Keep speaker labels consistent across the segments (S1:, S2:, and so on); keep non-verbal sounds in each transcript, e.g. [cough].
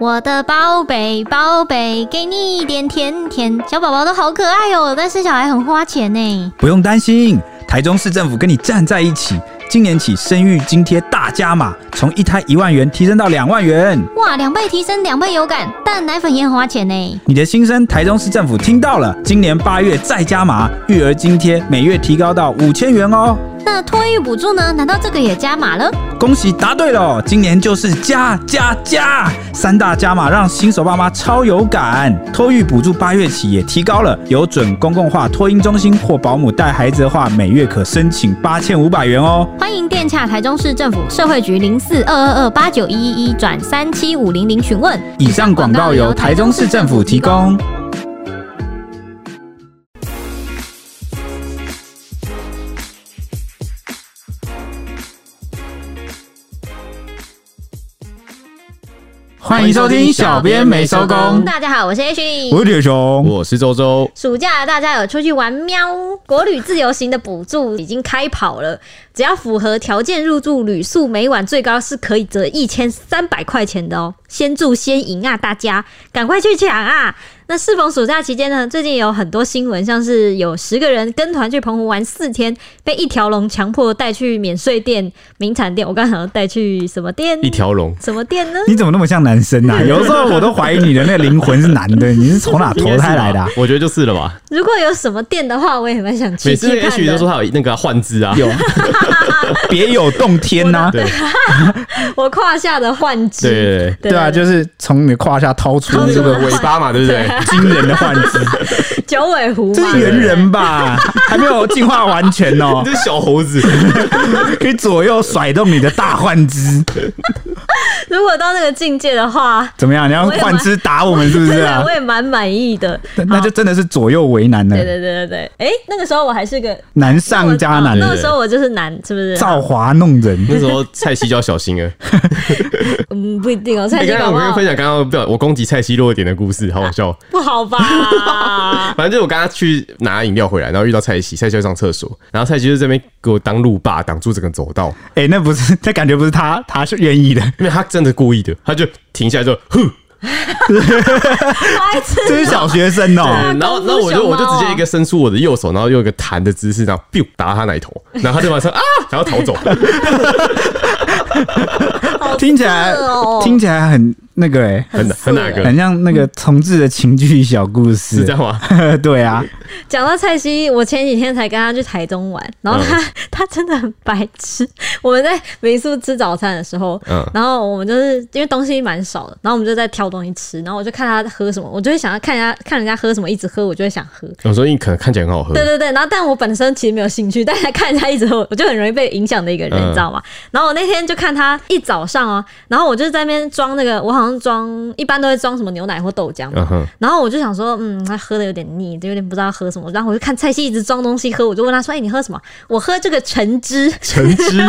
S1: 我的宝贝，宝贝，给你一点甜甜。小宝宝都好可爱哦，但是小孩很花钱呢。
S2: 不用担心，台中市政府跟你站在一起。今年起，生育津贴大加码，从一胎一万元提升到两万元。
S1: 哇，两倍提升，两倍有感，但奶粉也很花钱呢。
S2: 你的心声，台中市政府听到了，今年八月再加码，育儿津贴每月提高到五千元哦。
S1: 那托育补助呢？难道这个也加码了？
S2: 恭喜答对了，今年就是加加加三大加码，让新手爸妈超有感。托育补助八月起也提高了，有准公共化托婴中心或保姆带孩子的话，每月可申请八千五百元哦。
S1: 欢迎电洽台中市政府社会局零四二二二八九一一一转三七五零零询问。
S2: 以上广告由台中市政府提供。欢迎收听，小编没收工，
S1: 大家好，我是 H。
S2: 我是铁熊。
S3: 我是周周，
S1: 暑假大家有出去玩喵？国旅自由行的补助已经开跑了，只要符合条件入住旅宿，每晚最高是可以折一千三百块钱的哦。先住先赢啊，大家赶快去抢啊！那适逢暑假期间呢，最近有很多新闻，像是有十个人跟团去澎湖玩四天，被一条龙强迫带去免税店、名产店。我刚想要带去什么店？
S3: 一条龙，
S1: 什么店呢？
S2: 你怎么那么像男
S1: [laughs]
S2: 生啊？有时候我都怀疑你的那个灵魂是男的，你是从哪投胎来
S1: [laughs]
S2: 的、啊？
S3: 我觉得就是了吧。
S1: 如果有什么店的话，我也蛮想
S3: 每
S1: 去
S3: 次
S1: 去看
S3: H
S1: 的
S3: 都说他有那个换资啊，有
S1: 啊
S2: 别有洞天啊呐、
S3: 对
S1: 我胯下的幻肢。
S3: 对
S2: 对啊，就是从你的胯下掏出
S1: 掏出
S2: 这
S3: 这
S2: 个
S3: 个尾巴嘛，对不对？
S2: 惊人的
S1: [laughs]
S2: 幻肢，
S1: 九尾狐嘛，
S2: 这是猿人
S1: [laughs]
S2: 吧？还没有进化完全哦
S3: 你，这小猴子，
S2: 可以左右甩动你的大幻肢，
S1: 如果到那个境界的话，
S2: 怎么样？你要
S1: 我也蛮
S2: 幻肢打我们是不是
S1: 真的
S2: 啊
S1: 我？也蛮满意的。
S2: 那就真的是左右为难了
S1: 对，对对对对，哎、那个时候我还是个
S2: 难上加难，
S1: 那个时候我就是男，是不是？
S2: 造化弄人。
S3: 那时候蔡西就要小心了。
S1: 嗯，不一定哦，蔡
S3: 你
S1: 徐
S3: 刚
S1: 搞
S3: 刚我
S1: 不
S3: 跟你
S1: 好
S3: 分享，刚刚不小我攻击蔡西弱一点的故事，好好笑。
S1: 不好
S2: [laughs]
S1: 吧？
S3: 反正就是我刚刚去拿饮料回来，然后遇到蔡西，蔡西要上厕所，然后蔡西就这边给我当路霸，挡住整个走道，
S2: 哎，那不是，那感觉不是他，他是愿意的，
S3: 因为他真的故意的，他就停下来就哼。
S1: 白痴，
S2: [laughs] 这是小学生哦。
S3: 嗯然后，
S1: 功夫
S3: 然后我
S1: 熊
S3: 就我就
S2: 啊
S1: 猫
S3: 直接一个伸出我的右手，然后用一个弹的姿势，然后 biu 打他
S2: [laughs]
S3: 奶头，然后他就马上啊，然后逃走。
S1: 好
S2: 听起来
S1: 色哦，
S2: 听起来很那个哎、
S3: 很
S1: 色
S3: 很哪啊个
S2: 很像那个同志的情剧小故事，
S3: 是这样吗？
S2: [laughs] 对啊，
S1: 讲到蔡西，我前几天才跟他去台中玩，然后他、
S2: 嗯
S1: [laughs] 他真的很白痴。我们在民宿吃早餐的时候，
S3: 嗯
S1: 然后我们就是因为东西蛮少的，然后我们就在挑东西吃，然后我就看他喝什么，我就会想要看人家看人家喝什么，一直喝，我就会想喝。
S3: 我说你可能看起来很好喝，
S1: 对对对，然后但我本身其实没有兴趣，但是看人家一直 [laughs] 喝，我就很容易被影响的一个人，
S3: 嗯
S1: 你知道吗？然后我那天就看他一早上哦、然后我就在那边装那个，我好像装一般都会装什么牛奶或豆浆嘛，
S2: [laughs]
S3: 嗯哼，
S1: 然后我就想说，嗯，他喝的有点腻，就有点不知道喝什么。然后我就看蔡西一直装东西喝，我就问他说：“哎、你喝什么？”我喝这个橙汁，
S3: 橙汁，
S1: 他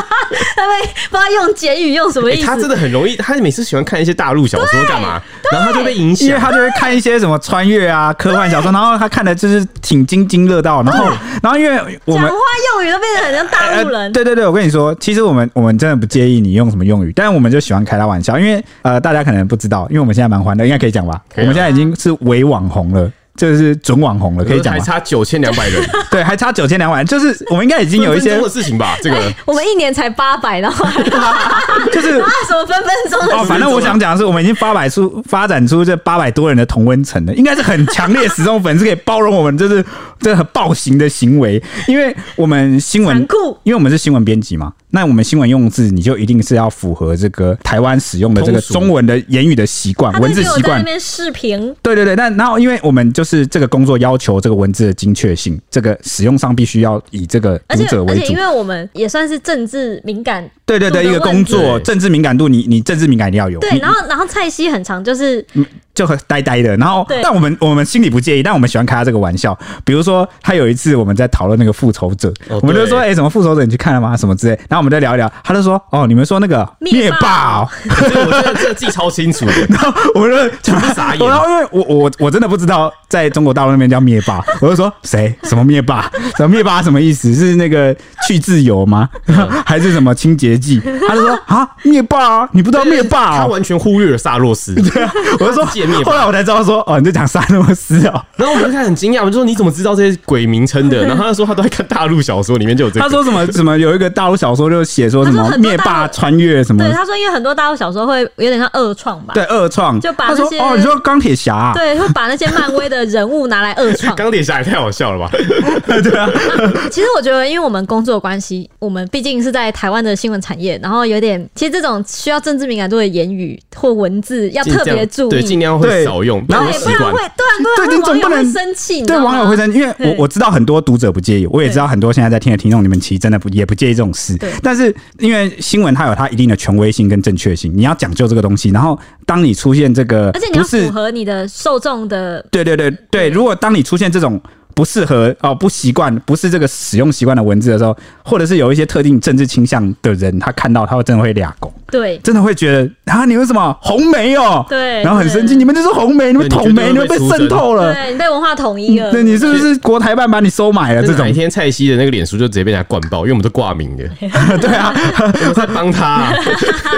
S1: 们不知道用简语用什么
S3: 欸
S1: 意
S2: 哎
S1: 思。
S3: 他真的很容易，他每次喜欢看一些大陆小说干嘛，然后他就被影
S2: 因为
S3: 响。
S2: 他就会看一些什么穿越啊、科幻小说，然后他看的就是挺津津乐道，然后然后因为我
S1: 讲
S2: 们呃
S1: 话。用语都变得很像大陆人。
S2: 对对对，我跟你说，其实我们我们真的不介意你用什么用语，但我们就喜欢开他玩笑，因为呃，大家可能不知道，因为我们现在蛮欢乐，应该可以讲吧？
S3: 可
S2: 我
S3: 以啊
S2: 们现在已经是伪网红了，就是准网红了，可以讲
S3: 还
S2: 吧？
S3: 差九千两
S2: [laughs]
S3: 百人，
S2: 对，还差九千两百，就是我们应该已经有一些
S3: 分分钟的，事情吧？ [laughs]
S2: 哎
S3: 这
S2: [laughs]
S3: 个
S1: [laughs] 我们一年才八百，然后
S2: 就是
S1: 啊什么分分钟的
S2: 哦，
S1: 事
S2: 反正我想讲的是，我们已经发展出发展出这八百多人的同温层了，应该是很强烈死忠粉，是可以包容我们这是这很暴行的行为，因为我们新闻
S1: 残酷
S2: 因为我们是新闻编辑嘛，那我们新闻用字你就一定是要符合这个台湾使用的这个
S3: 通俗
S2: 中文的言语的习惯、
S1: 他
S2: 文
S1: 都
S2: 字
S1: 给我
S2: 习
S1: 在那
S2: 惯。
S1: 边视频，
S2: 对对对，但然后因为我们就是这个工作要求这个文字的精确性，这个使用上必须要以这个
S1: 而
S2: 读
S1: 且
S2: 者
S1: 而
S2: 为
S1: 且
S2: 主
S1: 因。为我们也算是政治敏感，
S2: 对对对，
S1: 读者
S2: 一个
S1: 问
S2: 工
S1: 题
S2: 作
S3: 对
S2: 政治敏感度，你你政治敏感一定要有。嗯
S1: 对。
S2: 你
S1: 然后然后蔡西很常就是
S2: 就很呆呆的。然后
S1: 对，
S2: 但我们我们心里不介意，但我们喜欢开他这个玩笑。比如说，他有一次我们在讨论那个复仇者，
S3: 哦
S2: 我们就
S3: 对
S2: 说：“哎、什么复仇者你去看了吗？什么之类。”然后我们再聊一聊，他就说：“哦，你们说那个
S1: 灭霸
S2: 霸、哦。” [laughs]
S3: 这个我真的这个记超清楚的，
S2: 我就全部
S3: 傻眼
S2: 然后因为我我我真的不知道在中国大陆那边叫灭霸， [laughs] 我就说谁什么灭霸，什么灭霸什么意思？是那个去自由吗？
S3: 嗯
S2: [laughs] 还是什么清洁剂？他就
S1: [laughs]
S2: 说啊灭霸啊，你不知道灭霸、
S3: 他
S2: 哦？
S3: 完全忽略了萨洛
S2: [laughs]
S3: 斯。
S2: 我就说
S3: 他是灭霸
S2: 后来我才知道说哦，你就讲沙诺斯哦。
S3: 然后我们就开始很惊讶，我们就说你怎么知道这些鬼名称的？然后他就说他都在看大陆小说，里面就有这个。
S2: 他说什么什么有一个大陆小说就写说什
S1: 他说
S2: 么
S1: 很多
S2: 灭
S1: 大
S2: 霸
S1: 陆
S2: 穿越什么
S1: 对，他说因为很多大陆小说会有点像二创吧，
S2: 对二创，
S1: 就把
S2: 他说
S1: 那些
S2: 哦你说钢铁侠啊、
S1: 对，会把那些漫威的人物拿来二
S2: [laughs]
S1: 创。
S3: [laughs] 钢铁侠也太好笑了吧？
S2: 啊
S1: 其实我觉得，因为我们工作关系，我们毕竟是在台湾的新闻产业，然后有点，其实这种需要政治敏感度的言语或文字要特别注
S3: 对，尽
S1: 意，
S3: 量会少用，不
S2: 对
S3: 然
S1: 对，
S3: 会
S1: 不
S3: 习
S1: 然
S3: 惯
S1: 会。，对啊，不
S2: 对你
S1: 然
S2: 总
S1: 会
S2: 不
S1: 网友
S2: 能
S1: 会生气，你知
S2: 对
S1: 道吗
S2: 网友会生气，因为
S1: 啊对
S2: 我我知道很多读者不介意，我也知道很多现在在听的听众，你们其实真的不也不介意这种事
S1: 对。
S2: 但是因为新闻它有它一定的权威性跟正确性，你要讲究这个东西。然后当你出现这个，
S1: 而且你要
S2: 不是
S1: 符合你的受众的，
S2: 对对对对，
S1: 对
S2: 如果当你出现这种不适合哦、不习惯、不是这个使用习惯的文字的时候，或者是有一些特定政治倾向的人，他看到他会真的会俩拱，
S1: 对
S2: 真的会觉得啊，你为什么红梅哦？
S1: 对
S2: 然后很生气，
S1: 对
S2: 你们就是红梅，你们
S3: 对你
S2: 捅梅，
S3: 绝对会
S2: 你们被
S3: 被出
S2: 渗
S3: 征
S2: 透了。
S1: 对，你被文化统一了，
S2: 嗯对你是不是国台办把你收买了？这
S3: 这哪
S1: [laughs]
S2: 种
S3: 一天蔡西的那个脸书就直接被人家灌爆，因为我们都挂名 [laughs] 的，
S2: 对啊，
S3: 我们在帮他啊、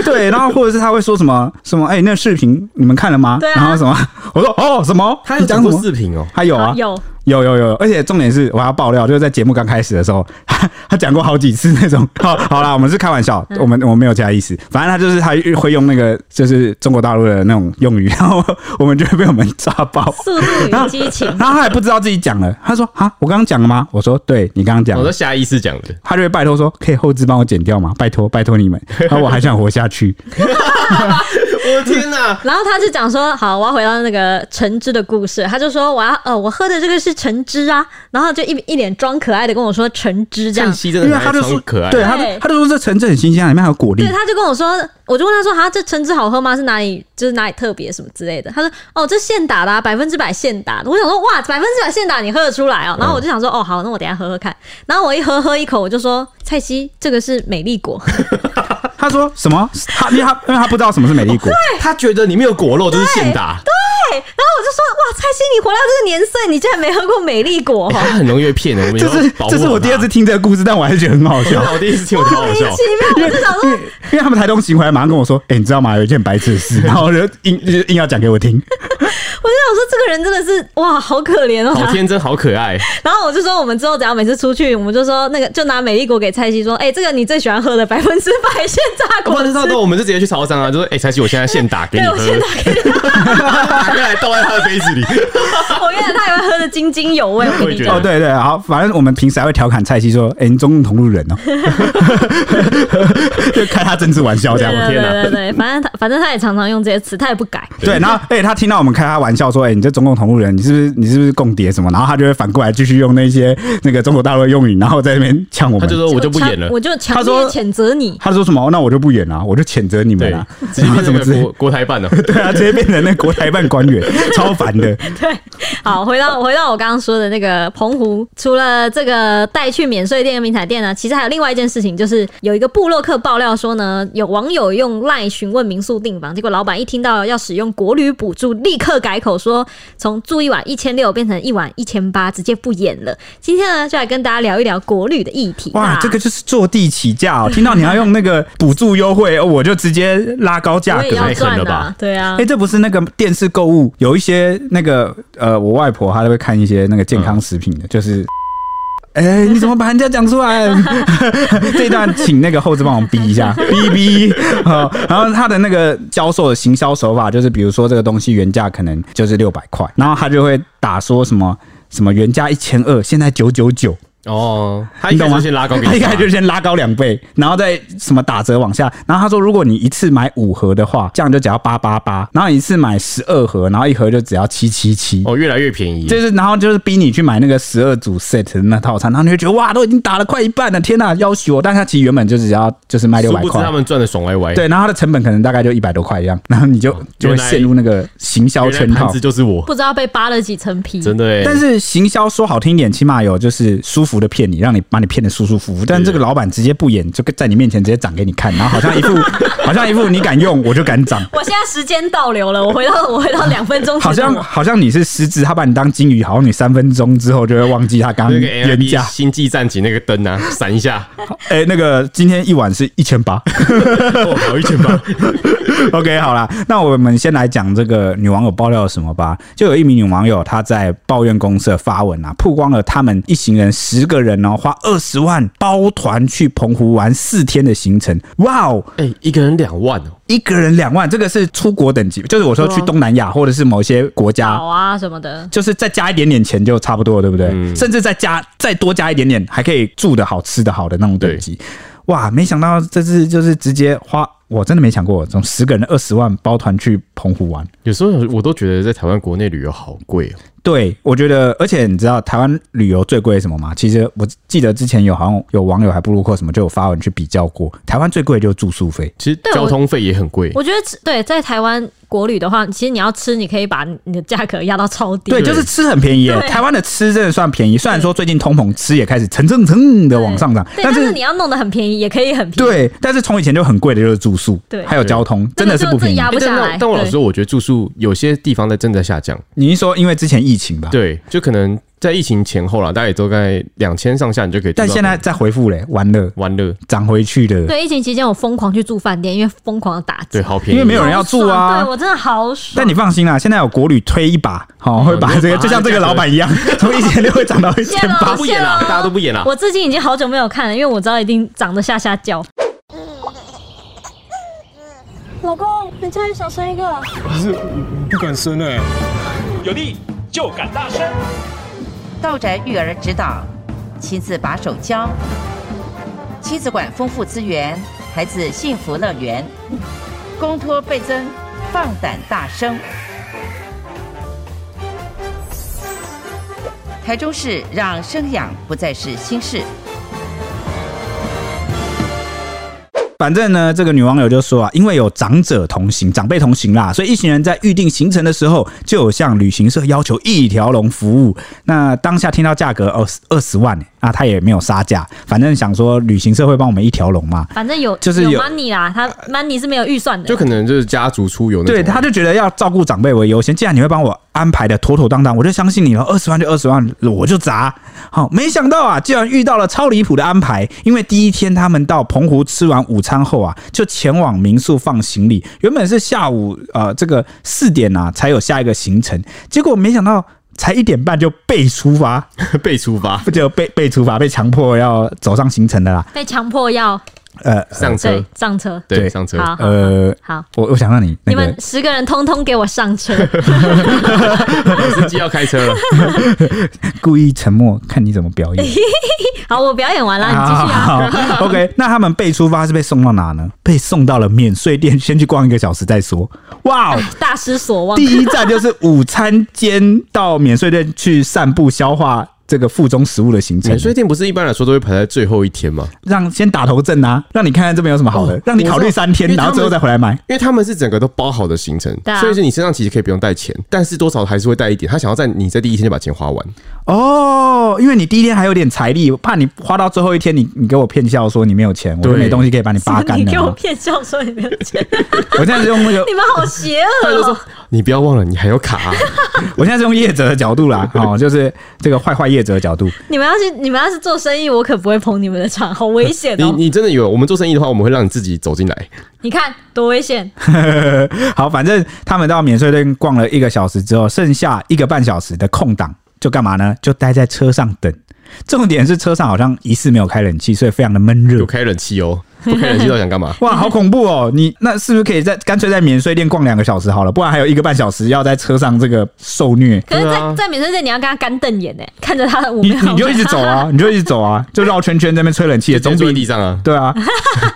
S2: 对，然后或者是他会说什么什么，哎、那视频你们看了吗？
S1: 对啊
S2: 然后什么，我说哦什么，
S3: [laughs] 他
S2: 你
S3: 有
S2: 讲
S3: 讲
S2: 什
S3: 过
S2: 么？
S3: 视频哦，
S2: 他有
S1: 啊
S2: 啊，
S1: 有，
S2: 有有有，而且重点是我要爆料，就是在节目刚开始的时候， [laughs] 他他讲过好几次那种。 [laughs] 好，好啦，我们是开玩笑，
S1: 嗯
S2: 我们我们没有其他意思。反正他就是他会用那个就是中国大陆的那种用语，然后我们就会被我们 [laughs] 抓包。
S1: 速度与激情，
S2: 然后他还不知道自己讲了，他说啊，我刚刚讲了吗？我说对你刚刚讲
S3: 我
S2: 了
S3: 都。下意识讲的。
S2: 他就会拜托说，可以后置帮我剪掉吗？拜托，拜托你
S3: [laughs]
S2: 们，然后我还想活下去。
S3: 我的天哪、
S1: 然后他就讲说，好，我要回到那个橙汁的故事。他就说，我要呃，我喝的这个是橙汁啊。然后就一一脸装可爱的跟我说橙汁这
S3: 蔡
S1: 样。
S3: 西
S2: 因
S3: 真
S2: 为
S3: 的
S2: 他
S3: 还
S2: 就
S3: 超
S2: 说，
S3: 可爱
S2: 对，
S3: 的，
S2: 他就
S1: 对
S2: 他就说这橙子很新鲜啊，里面还有果粒
S1: 对，。他就跟我说，我就问他说，啊，这橙汁好喝吗？是哪里就是哪里特别什么之类的。他说，哦，这现打的、啊，百分之百现打的。我想说，哇，百分之百现打你喝得出来哦。然后我就想说，哦，好，那我等一下喝喝看。然后我一喝喝一口，我就说，蔡西，这个是美丽果。 [laughs]
S2: 他说什么？他因为他因为他不知道什么是美丽果，
S3: 他觉得里面有果肉就是现打，
S1: 对，然后我就说，哇，蔡西，你活到这个年岁，你竟然没喝过美丽果、哦
S3: 哎他。很容易被骗的。我啊们
S2: 这是这是我第二次，听这个故事，但我还是觉得很好
S3: [laughs]
S2: 笑。
S3: 我第一次听我觉得好好
S1: 莫名
S3: 笑。
S1: 其妙，我就想
S2: 因
S1: 说
S2: 为因为他们台东行回来，马上跟我说：“哎、你知道吗？有一件白痴的事。”然后我就硬就硬要讲给我听。
S1: 我就想说，这个人真的是哇，好可怜哦。
S3: 好天真，好可爱，
S1: 然后我就说，我们之后只要每次出去，我们就说那个，就拿美丽果给蔡西说，哎、这个你最喜欢喝的百分之百现榨
S3: 不
S1: 果
S3: 然
S1: 汁
S3: 到时，候我们就直接去超商啊，就说：“哎，蔡西，我现在现打给你
S1: 对，
S3: 喝 [laughs]
S1: 我，现在给你，
S3: 打开来倒在他的杯子里。
S1: 我跟你讲，他也会喝的津津有味。我跟你
S3: 我也觉
S2: 哦，
S1: 讲
S3: 得，
S2: 对对，好，反正我们平时还会调侃蔡西说：“哎、你中共同路人
S3: [laughs]
S2: 哦。” [laughs] 就开他政治玩笑这
S1: 对
S2: 样。
S1: 对
S3: 天哪
S1: 对对对，反正他反正他也常常用这些词，他也不改。
S2: 对，然后哎、他听到我们开他玩笑说，哎、你这中共同路人，你是不是你是不是共谍什么？然后他就会反过来继续用那些那个中国大陆的用语，然后在那边呛我
S3: 他
S2: 们。
S3: 就说：“ [laughs] 我就不演了。
S1: 我就强
S2: 他
S1: 烈
S2: 说
S1: 谴责你。
S2: 他说什么？哦那我就不演了、我就谴责你”们
S3: 对
S2: 了、啊，，
S3: [laughs] 直接变
S2: 什
S3: 成
S2: 么
S3: 那
S2: 之
S3: 个
S2: 类
S3: 国。国台办了。
S2: [laughs] 对啊，直接变成那国台办官
S3: [laughs]
S2: 员，超烦的。
S1: 对，好，回到回到我刚刚说的那个澎湖，除了这个带去免税店跟名产店呢，啊其实还有另外一件事情，就是有一个部落客爆料说呢，有网友用赖询问民宿订房，结果老板一听到要使用国旅补助，立刻改口说从住一晚一千六变成一晚一千八，直接不演了。今天啊呢，就来跟大家聊一聊国旅的议题。
S2: 哇
S3: 啊
S1: 那，
S2: 这个就是坐地起价哦！听到你要用那个补助优惠，哦我就直接拉高价
S1: 我也
S2: 格。
S1: 要
S3: 太狠
S1: 赚
S3: 了
S1: 啊
S3: 吧，
S1: 对啊
S2: 哎、。这不是那个电视购物有一些那个呃，我外婆她都会看一些那个健康食品的，就是。哎、你怎么把人家讲出来？ [laughs] 这一段请那个后置帮我们逼一下，逼逼好，然后他的那个销售的行销手法就是，比如说这个东西原价可能就是六百块，然后他就会打说什么什么原价一千二，现在九九九，
S3: 哦，他
S2: 你
S3: 应
S2: 懂
S3: 该
S2: 吗？
S3: 就先拉高给
S2: 他
S3: 你
S2: 一开
S3: 打
S2: 始就先拉高两倍，然后再什么打折往下。然后他说，如果你一次买五盒的话，这样就只要八八八；然后一次买十二盒，然后一盒就只要七七七。
S3: 哦，越来越便宜。
S2: 就是，然后就是逼你去买那个十二组 set 的那套餐，然后你就觉得哇，都已经打了快一半了，天呐，要死我！但他其实原本就只要就是卖六
S3: 殊
S2: 百
S3: 不知
S2: 块
S3: 他，们赚的爽歪歪。
S2: 对，然后它的成本可能大概就一百多块一样，然后你就就会
S3: 哦原来
S2: 陷入那个行销
S3: 原来
S2: 圈
S3: 盘
S2: 套
S3: 子。就是我，
S1: 不知道被扒了几层皮。
S3: 真的欸。
S2: 但是行销说好听一点，起码有就是舒服的骗你，让你把你骗得舒舒服服。但这个老板直接不演，就在你面前直接涨给你看，然后好 [laughs] 像一副好像一副你敢用我就敢涨，
S1: 我现在时间倒流了，我回到我回到两分钟前的我，
S2: [laughs] 好像好像你是失职，他把你当金鱼，好像你三分钟之后就会忘记他刚
S3: 那
S2: 刚
S3: 个 A I
S2: 原
S3: B
S2: 价。
S3: 星际战警那个灯啊，闪
S2: [laughs]
S3: 一下，
S2: 哎、那个今天一晚是一千八。
S3: 哦，好一千八。
S2: [laughs] OK，好啦，那我们先来讲这个女网友爆料了什么吧。就有一名女网友她在抱怨公社发文啊，曝光了他们一行人十个人哦，花二十万包团去澎湖玩四天的行程。哇哦，
S3: [laughs] 哎，一个人两万哦，
S2: 一个人两万，这个是出国等级，就是我说去东南亚或者是某些国家
S1: 好。啊什么的，
S2: 就是再加一点点钱就差不多了，对不对？甚至再加再多加一点点，还可以住的好、吃的好的那种等级。哇，没想到这次就是直接花，我真的没想过，从十个人二十万包团去澎湖玩。
S3: 有时候我都觉得在台湾国内旅游好贵哦。
S2: 对，我觉得，而且你知道台湾旅游最贵是什么吗？其实我记得之前有好像有网友还不如或什么就有发文去比较过，台湾最贵就是住宿费。
S3: 其实
S1: 对我
S3: 交通费也很贵，
S1: 我觉得对，在台湾国旅的话，其实你要吃，你可以把你的价格压到超低。
S2: 对，就是吃很便宜耶、
S1: 对
S2: 台湾的吃真的算便宜。虽然说最近通膨，吃也开始蹭蹭蹭的
S1: 对
S2: 往上涨，
S1: 对，
S2: 但
S1: 但
S2: 是
S1: 是你要弄得很便宜，也可以很便宜。
S2: 对，但是从以前就很贵的就是住宿，
S1: 对
S2: 还有交通，真的是不便宜
S1: 这个就这。压不
S3: 欸但
S1: 下
S3: 那
S1: 来。
S3: 但我老
S1: 对
S3: 实说，我觉得住宿有些地方在正在下降。
S2: 你是说因为之前疫情吧？。
S3: 对，就可能在疫情前后啦，大概也都在两千上下，你就可以住到
S2: 但
S3: 可能。
S2: 现在再回复嘞，完了，
S3: 玩乐，
S2: 涨回去了。
S1: 对，疫情期间我疯狂去住饭店，因为疯狂的打折，
S3: 对，好便宜，
S2: 因为没有人要住
S1: 好爽
S2: 啊
S1: 对。我真的好爽。
S2: 但你放心啦，现在有国旅推一把，好、会把
S3: 你
S2: 这
S3: 就
S2: 个
S3: 把它
S2: 就像这个老板一样，从一千六会涨到一千
S1: 天
S2: 八
S1: 啊
S3: 大家。不演啦，
S1: 好笑哦
S3: 大家都不演啦。
S1: 我至今已经好久没有看了，因为我知道一定长得下下叫。
S4: 老公，你家里少生一个。
S5: 可是不敢生哎、
S6: 有力就敢大声。
S7: 道宅育儿指导，亲自把手教，亲子馆丰富资源，孩子幸福乐园，公托倍增，放胆大声。台中市让生养不再是心事。
S2: [laughs] 反正呢，这个女网友就说啊，因为有长者同行、长辈同行啦，所以一行人在预定行程的时候，就有向旅行社要求一条龙服务。那当下听到价格二十二十万、那他也没有杀价，反正想说旅行社会帮我们一条龙嘛。
S1: 反正有
S2: 就是有呃
S1: 有 money 啦，他 money 是没有预算的，
S3: 就可能就是家族出游那种，
S2: 对，他就觉得要照顾长辈为优先。既然你会帮我安排的妥妥当当，我就相信你了。二十万就二十万，我就砸。好、没想到啊，竟然遇到了超离谱的安排。因为第一天他们到澎湖吃完午餐后啊，就前往民宿放行李。原本是下午呃这个四点啊才有下一个行程，结果没想到才一点半就被出发，
S3: [laughs] 被出发
S2: 不就被被出发，被强迫要走上行程的啦。
S1: 被强迫要
S2: 呃
S3: 上车
S1: 对，上车。
S2: 对
S3: 对，上车。
S1: 好好
S2: 呃，
S1: 好，
S2: 我我想让你那
S1: 你
S2: 个
S1: 们十个人通通给我上车，
S3: 司机要
S2: [laughs]
S3: 开车了，
S2: 故意沉默，看你怎么表演。
S1: 好，我表演完了，你继续啊。
S2: 好好好 OK，那他们被出发是被送到哪呢？被送到了免税店，先去逛一个小时再说。哇、哦！
S1: 大失所望
S2: 第，一站就是午餐间到免税店去散步，消化这个腹中食物的行程
S3: 免，税店不是一般来说都会排在最后一天吗？
S2: 让先打头阵啊，让你看看这边有什么好的，
S3: 哦
S2: 让你考虑三天，
S3: 我知道
S2: 然后最后再回来买。
S3: 因为他们是整个都包好的行程，
S1: 对啊
S3: 所以是你身上其实可以不用带钱，但是多少还是会带一点。他想要在你在第一天就把钱
S2: [laughs]
S3: 花完，
S2: 哦，因为你第一天还有点财力，怕你花到最后一天，你你给我骗笑说你没有钱，我就
S3: 对
S2: 没东西可以把你扒
S1: [laughs]
S2: 干
S1: 你给我
S2: 了。
S1: 骗笑说你没有钱，
S2: 我现在是用那个
S1: [laughs] 你们好邪恶
S2: [laughs]
S1: 哦！
S3: 你不要忘了你还有卡啊、
S2: 我现在是用业者的角度啦，哦，就是这个坏坏业者的角度。
S1: 你们要是你们要是做生意，我可不会捧你们的场，好危险
S3: 你
S1: 哦！
S3: 你真的有我们做生意的话，我们会让你自己走进来，
S1: 你看多危险，
S2: 好，反正他们到免税店逛了一个小时之后，剩下一个半小时的空档，就干嘛呢？就待在车上等。重点是车上好像疑似没有开冷气，所以非常的闷热 [laughs]
S3: 有。开冷气哦，不开冷气到想干嘛？
S2: 哇，好恐怖哦！你那是不是可以在干脆在免税店逛两个小时好了？不然还有一个半小时要在车上这个受虐。
S1: 可是
S3: 对
S1: 在，
S3: 啊
S1: 在免税店，你要跟他干瞪眼呢、欸看着他的五
S2: 你
S1: 秒，
S2: 你就一直走
S3: [laughs]
S2: 啊，你就一直走啊，就绕圈圈在那边吹冷气，也
S3: 也
S2: 总
S3: [laughs] 总比地
S2: 比 [laughs]
S3: 上啊，
S2: 对啊，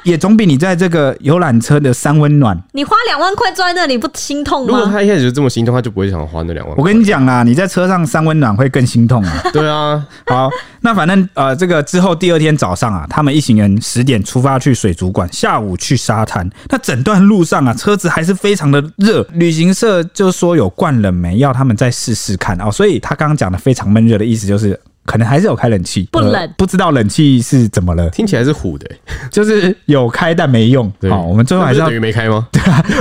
S2: 也总比你在这个游览车的山温暖。
S1: [laughs] 你花两万块坐在那里，不心痛
S3: 如果
S1: 吗？
S3: 他一开始就这么心动，他就不会想花那两万
S2: 我 [laughs]
S3: 块。
S2: 跟你讲啦，你在车上三温暖会更心痛啊。
S3: 对啊，
S2: 好，那反正呃，这个之后第二天早上啊，他们一行人十点出发去水族馆，下午去沙滩。那整段路上啊，车子还是非常的热。旅行社就说有灌冷媒，要他们再试试看哦。所以他刚刚讲的非常闷热的意思就是。可能还是有开冷气，
S1: 不冷
S2: 呃不知道冷气是怎么了，
S3: 听起来是虎的、欸，
S2: 就是有开但没用。哦
S3: 对
S2: 好、我们最后还是
S3: 那不是
S2: 要
S3: 等于没开吗？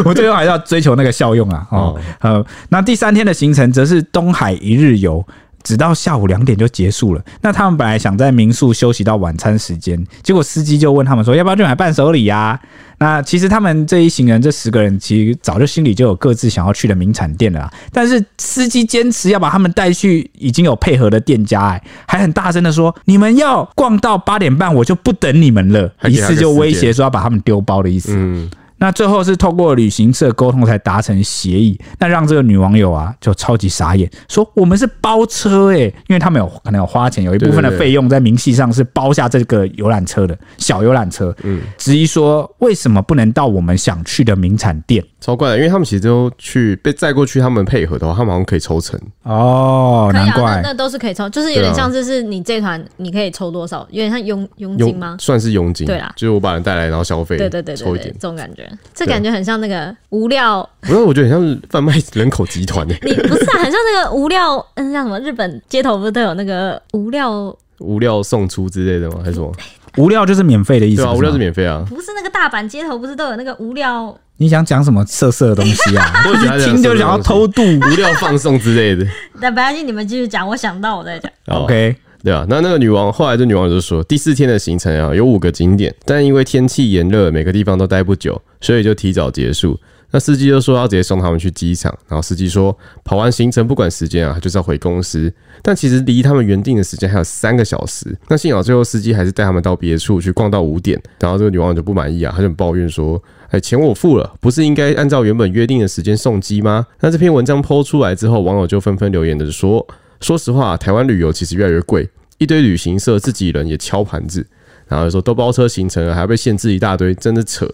S2: 我最后还是要追求那个效用啊。哦，呃，那第三天的行程则是东海一日游。直到下午两点就结束了。那他们本来想在民宿休息到晚餐时间，结果司机就问他们说：“要不要去买伴手礼呀、啊？”那其实他们这一行人这十个人，其实早就心里就有各自想要去的名产店了啊。但是司机坚持要把他们带去已经有配合的店家、哎，还很大声的说：“你们要逛到八点半，我就不等你们了。”
S3: 还
S2: 疑
S3: 给他个
S2: 似就
S3: 时
S2: 威
S3: 间
S2: 胁说要把他们丢包的意思。
S3: 嗯，
S2: 那最后是透过旅行社沟通才达成协议，那让这个女网友啊就超级傻眼，说我们是包车诶、因为他们有可能有花钱，有一部分的
S3: 对对对
S2: 费用在明细上是包下这个游览车的小游览车，嗯，质疑说为什么不能到我们想去的名产店？
S3: 超怪的，因为他们其实都去被载过去，他们配合的话，他们好像可以抽成。
S2: 哦，
S1: 可以
S2: 难
S1: 啊，那
S2: 怪
S1: 那都是可以抽，就是有
S3: 对
S1: 点
S3: 啊
S1: 像就是你这团你可以抽多少，有点像佣佣金吗
S3: 佣？算是佣金，
S1: 对啦
S3: 就是我把人带来，然后消费，
S1: 对对对对
S3: 抽一
S1: 对，
S3: 点
S1: 这。种感觉，这感觉很像那个无
S3: [laughs]
S1: 料，
S3: 不是，我觉得很像贩卖人口集团欸
S1: [laughs]
S3: 诶、
S1: 你不是啊，很像那个无料，嗯，像什么日本街头不是都有那个无料，
S3: 无料送出之类的吗？还是什么？
S2: 无料就是免费的意思，
S3: [laughs] 对啊，
S2: 不
S3: 无料是
S2: 吗
S3: 免费啊。
S1: 不是那个大阪街头不是都有那个无料？
S2: 你想讲什么色色的东西
S3: [laughs]
S2: 啊？
S3: 我也觉得他
S2: 一
S3: 讲
S2: 听就想要偷渡。
S3: 无料放送之类的。
S1: 那没关系，你们继续讲，我想到我再讲。
S3: [laughs] 哦
S2: OK，
S3: 对啊，那那个女王后来这女王就说，第四天的行程啊有五个景点，但因为天气炎热，每个地方都待不久，所以就提早结束。那司机就说要直接送他们去机场，然后司机说跑完行程不管时间啊，他就是要回公司。但其实离他们原定的时间还有三个小时。那幸好最后司机还是带他们到别处去逛到五点，然后这个女网友就不满意啊，她就很抱怨说：“哎，钱我付了，不是应该按照原本约定的时间送机吗？”那这篇文章抛出来之后，网友就纷纷留言的说：“说实话，台湾旅游其实越来越贵，一堆旅行社自己人也敲盘子，然后就说都包车行程了，还要被限制一大堆，真的扯。”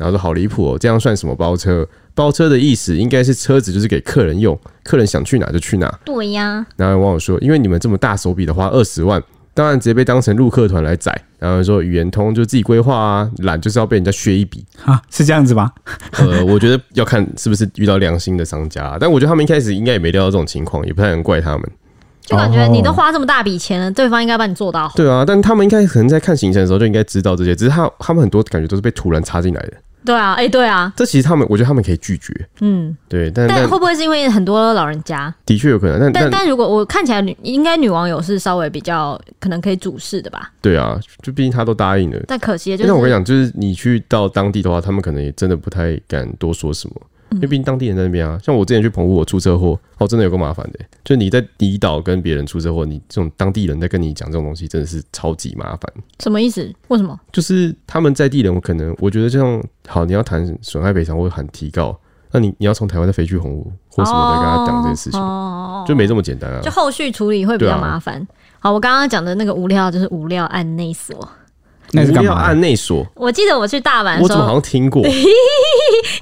S3: 然后说好离谱哦，这样算什么包车？包车的意思应该是车子就是给客人用，客人想去哪就去哪，
S1: 对呀，
S3: 然后有网友说，因为你们这么大手笔的花二十万，当然直接被当成陆客团来宰。然后有说语言通就自己规划啊，懒就是要被人家削一笔。
S2: 啊，是这样子吗？
S3: [laughs] 呃，我觉得要看是不是遇到良心的商家啊、但我觉得他们一开始应该也没料到这种情况，也不太能怪他们。
S1: 就感觉你都花这么大笔钱了，对方应该帮你做到好。
S3: 哦对啊，但他们应该可能在看行程的时候就应该知道这些，只是他他们很多感觉都是被突然插进来的。
S1: 对啊，哎，对啊，
S3: 这其实他们，我觉得他们可以拒绝。
S1: 嗯，
S3: 对，但
S1: 但
S3: 但
S1: 会不会是因为很多老人家？
S3: 的确有可能，但
S1: 但但如果我看起来女，应该女网友是稍微比较可能可以主事的吧？
S3: 对啊，就毕竟他都答应了。
S1: 但可惜的就
S3: 但
S1: 是，
S3: 我跟你讲，就是你去到当地的话，他们可能也真的不太敢多说什么，
S1: 嗯
S3: 因为毕竟当地人在那边啊。像我之前去澎湖，我出车祸，哦，真的有个麻烦的、就你在离岛跟别人出车祸，你这种当地人在跟你讲这种东西，真的是超级麻烦。
S1: 什么意思？为什么？
S3: 就是他们在地人，我可能我觉得这样好，你要谈损害赔偿或者喊提告，那你你要从台湾再飞去澎湖或什么的跟他讲这件事情，
S1: 哦，
S3: 就没这么简单啊
S1: 就。后续处理会比
S3: 对
S1: 较
S3: 啊
S1: 麻烦。好，我刚刚讲的那个无料就是无料案内所。
S2: 那是
S3: 无啊
S2: 干
S3: 料
S2: 嘛？
S3: 按内锁，
S1: 我记得我去大阪的时
S3: 我怎么好
S1: 候，
S3: 像听过？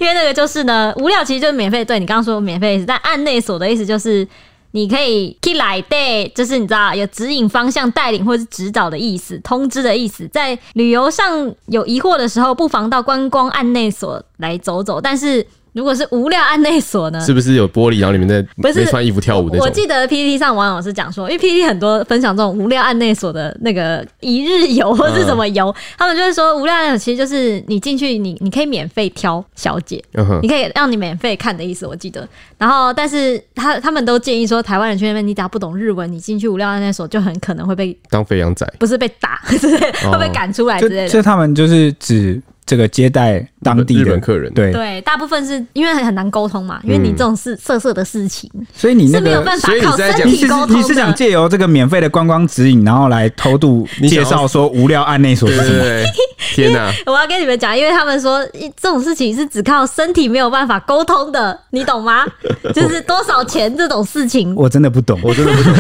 S1: 因为那个就是呢，无料其实就是免费，对你刚刚说免费的意思，但按内所的意思就是你可以 k 来 day，就是你知道有指引方向、带领或是指导的意思、通知的意思。在旅游上有疑惑的时候，不妨到观光按内所来走走。但是如果是无料按内所呢，
S3: 是不是有玻璃，然后里面在
S1: [laughs] 不是
S3: 没穿衣服跳舞那
S1: 我
S3: 种？
S1: 记得 PPT 上网友是讲说，因为 PPT 很多分享这种无料案内所的那个呃一日游或是什么游，他们就是说无料案内所其实就是你进去你你可以免费挑小姐，
S3: 嗯哼
S1: 你可以让你免费看的意思，我记得。然后，但是他他们都建议说，台湾人去那边你只要不懂日文，你进去无料案内所就很可能会被 [laughs]
S3: 当肥羊仔。
S1: 不是被打，是会被赶出来之
S2: 就
S1: 类的。
S2: 就他们就是指这个接待当地
S3: 日
S2: 的
S3: 本客人
S2: 对，
S1: 对，大部分是因为很难沟通嘛，因为你这种事色色的事情
S2: 所以你那
S1: 是没有
S2: 个。
S1: 办法
S3: 所以你
S1: 靠
S3: 是在
S1: 身
S3: 讲
S2: 你
S1: 体
S2: 是
S1: 沟
S2: 你
S1: 通
S2: 是想
S1: 的。
S2: 借由这个免费的观光指引，然后来偷渡
S3: 你想
S2: 介
S3: 要
S2: 绍说无聊案内所
S3: 对
S2: 是
S3: 对
S2: 什么？
S3: 对， [laughs] 天哪、
S1: 我要跟你们讲，因为他们说一这种事情是只靠身体没有办法沟通的，你懂吗？就是多少钱这种事情，
S2: 我真的不懂。
S3: 我真的不懂，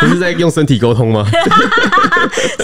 S3: 不是在用身体沟通
S1: [laughs]
S3: 吗？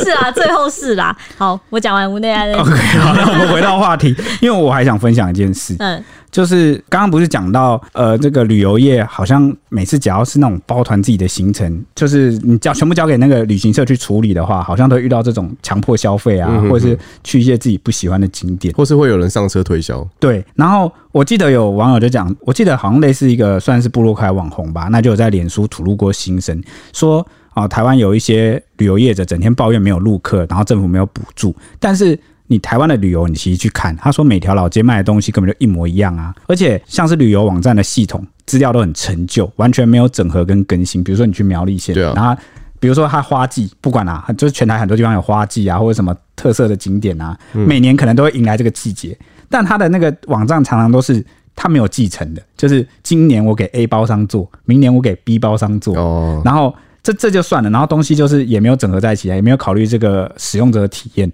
S1: 是啊，最后是啦。好，我讲完无内安内。
S2: OK，好，那我们回到话题，因为我还想分享一件事，
S1: 嗯，
S2: 就是刚刚不是讲到，呃，这个旅游业好像每次只要是那种包团自己的行程，就是你交全部交给那个旅行社去处理的话，好像都会遇到这种强迫消费啊，
S3: 嗯哼
S2: 或者是去一些自己不喜欢的景点。
S3: 或是会有人上车推销？
S2: 对，然后我记得有网友就讲，我记得好像类似一个算是部落客网红吧，那就有在脸书吐露过心声，说啊、台湾有一些旅游业者整天抱怨没有陆客，然后政府没有补助，但是。你台湾的旅游，你其实去看，他说每条老街卖的东西根本就一模一样啊，而且像是旅游网站的系统资料都很陈旧，完全没有整合跟更新。比如说你去苗栗县，
S3: 对啊
S2: 然后比如说它花季，不管啊，就是全台很多地方有花季啊，或者什么特色的景点啊，每年可能都会迎来这个季节。但它的那个网站常常都是它没有继承的，就是今年我给 A 包商做，明年我给 B 包商做，
S3: 哦，
S2: 然后这这就算了，然后东西就是也没有整合在一起啊，也没有考虑这个使用者的体验，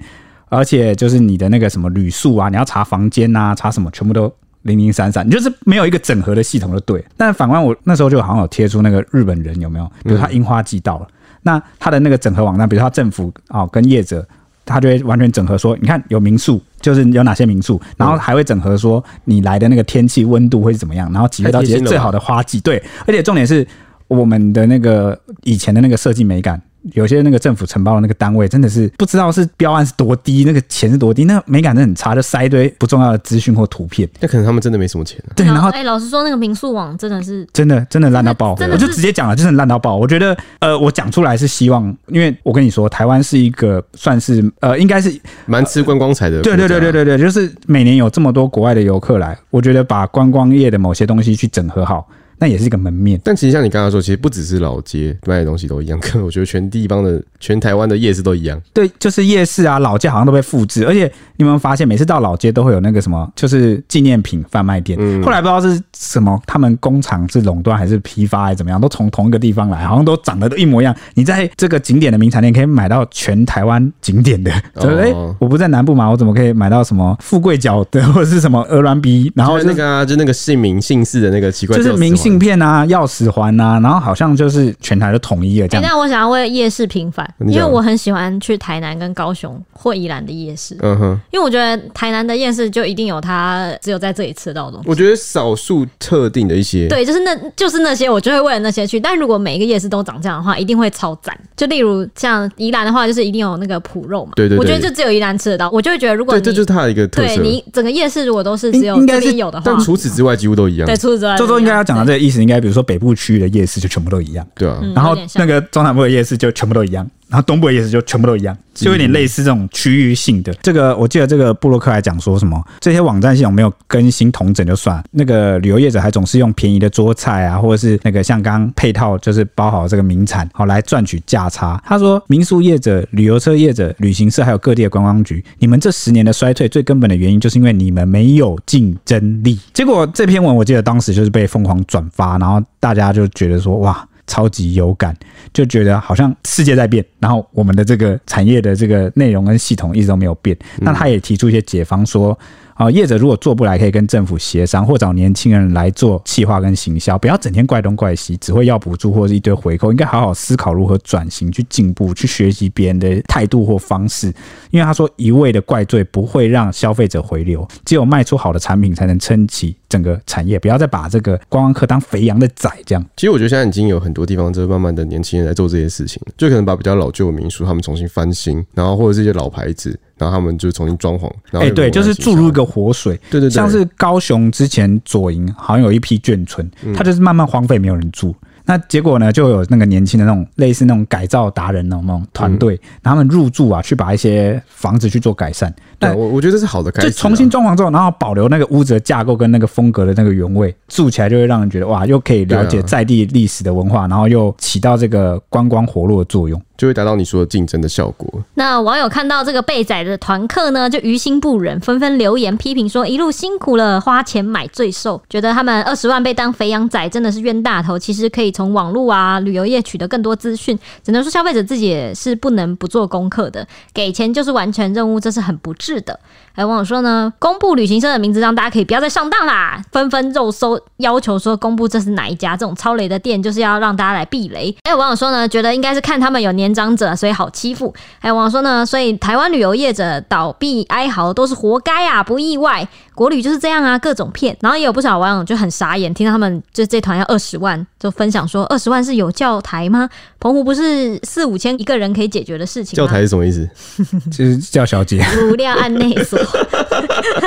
S2: 而且就是你的那个什么旅宿啊，你要查房间啊，查什么，全部都零零散散，你就是没有一个整合的系统就对。但反观我那时候就好像有贴出那个日本人有没有，比如他樱花季到了，那他的那个整合网站，比如他政府啊、哦、跟业者。他就会完全整合说，你看有民宿，就是有哪些民宿，然后还会整合说你来的那个天气、温度会是怎么样，然后几月到几
S3: 太
S2: 月
S3: 贴心了吧
S2: 最好的花季。对，而且重点是我们的那个以前的那个设计美感，有些那个政府承包的那个单位真的是不知道是标案是多低，那个钱是多低，那个美感真的很差，就塞一堆不重要的资讯或图片。
S3: 那可能他们真的没什么钱、啊。
S2: 对，然后
S1: 哎、老实说，那个民宿网真的是
S2: 真的真的烂到爆，
S1: 真
S2: 我
S1: 的
S2: 就是直接讲了，就是很烂到爆。我觉得，呃，我讲出来是希望，因为我跟你说，台湾是一个算是呃，应该是
S3: 蛮吃观光财的、
S2: 对对对对，对对，就是每年有这么多国外的游客来，我觉得把观光业的某些东西去整合好，那也是一个门面。
S3: 但其实像你刚刚说，其实不只是老街卖的东西都一样，可能我觉得全地方的、全台湾的夜市都一样。
S2: 对，就是夜市啊，老街好像都被复制，而且你有没有发现，每次到老街都会有那个什么，就是纪念品贩卖店。
S3: 嗯
S2: 后来不知道是什么，他们工厂是垄断还是批发还是怎么样，都从同一个地方来，好像都长得都一模一样。你在这个景点的名产店可以买到全台湾景点的，就是哎、
S3: 哦
S2: 我不在南部嘛，我怎么可以买到什么富贵角的或者是什么鹅銮鼻，然后
S3: 就
S2: 就是
S3: 那个啊，就那个姓名姓氏的那个奇怪，
S2: 就是明信，片啊、钥匙环啊，然后好像就是全台都统一了这
S1: 哎、
S2: 样。
S1: 但我想要为夜市平反，
S3: 你
S1: 因
S3: 讲
S1: 为我很喜欢去台南跟高雄或宜兰的夜市，
S3: 嗯哼，
S1: 因为我觉得台南的夜市就一定有它只有在这里吃到的东西。
S3: 我觉得少数特定的一些，
S1: 对，就是那，就是那些，我就会为了那些去。但如果每一个夜市都长这样的话，一定会超赞。就例如像宜兰的话，就是一定有那个脯肉嘛。
S3: 对对对
S1: 我觉得就只有宜兰吃得到。我就会觉得，如果
S3: 对，
S1: 你
S3: 这就是它的一个特
S1: 对
S3: 色。
S1: 你整个夜市如果都是只有
S2: 应应该
S1: 这
S2: 是
S1: 边有的话
S3: 但，除此之外，几乎都一样
S1: 对，，除此之外，
S2: 周周应该要讲到这个意思，应该比如说北部区域的夜市就全部都一样。
S3: 对啊，
S1: 嗯
S2: 然
S1: 有
S2: 后
S1: 点像
S2: 那个中南部的夜市就全部都一样，然后东部的夜市就全部都一样，就有点类似这种区域性的。这个我记得这个布洛克还讲说什么，这些网站系统没有更新同整就算，那个旅游业者还总是用便宜的桌菜啊，或者是那个像刚刚配套就是包好这个名产，好来赚取价差。他说，民宿业者、旅游车业者、旅行社还有各地的观光局，你们这十年的衰退最根本的原因就是因为你们没有竞争力。结果这篇文我记得当时就是被疯狂转发，然后大家就觉得说哇。超级有感，就觉得好像世界在变，然后我们的这个产业的这个内容跟系统一直都没有变。那他也提出一些解方说。啊、业者如果做不来，可以跟政府协商，或找年轻人来做企划跟行销，不要整天怪东怪西，只会要补助或是一堆回扣，应该好好思考如何转型、去进步、去学习别人的态度或方式。因为他说一味的怪罪不会让消费者回流，只有卖出好的产品才能撑起整个产业，不要再把这个观光客当肥羊的宰这样。
S3: 其实我觉得现在已经有很多地方，就是慢慢的年轻人在做这些事情，就可能把比较老旧的民宿他们重新翻新，然后或者是一些老牌子，然后他们就重新装潢。然后
S2: 哎、对，
S3: 有
S2: 就是注入一个活水，
S3: 对对对
S2: 像是高雄之前左营好像有一批眷村，
S3: 嗯
S2: 它就是慢慢荒废，没有人住。那结果呢，就有那个年轻的那种类似那种改造达人那种那种团队，
S3: 嗯
S2: 然后他们入住啊，去把一些房子去做改善，
S3: 对啊，
S2: 但
S3: 我我觉得这是好的开始
S2: 就
S3: 啊，
S2: 重新装潢之后，然后保留那个屋子的架构跟那个风格的那个原味，住起来就会让人觉得哇，又可以了解
S3: 对啊
S2: 在地历史的文化，然后又起到这个观光活络的作用。
S3: 就会达到你说的竞争的效果。
S1: 那网友看到这个被宰的团客呢，就于心不忍，纷纷留言批评说：“一路辛苦了，花钱买罪受，觉得他们二十万被当肥羊宰，真的是冤大头。其实可以从网络啊、旅游业取得更多资讯，只能说消费者自己也是不能不做功课的，给钱就是完成任务，这是很不智的。”还有网友说呢，公布旅行社的名字，让大家可以不要再上当啦，纷纷肉搜要求说公布这是哪一家，这种超雷的店就是要让大家来避雷。还有网友说呢，觉得应该是看他们有年长者，所以好欺负。还有网友说呢，所以台湾旅游业者倒闭哀嚎都是活该啊，不意外。国旅就是这样啊，各种骗。然后也有不少网友就很傻眼，听到他们就这团要二十万，就分享说二十万是有教台吗？澎湖不是四五千一个人可以解决的事情
S3: 教
S1: 吗？
S3: 台是什么意思？嗯
S2: 就是叫小姐，
S1: 无量案内所。 [laughs]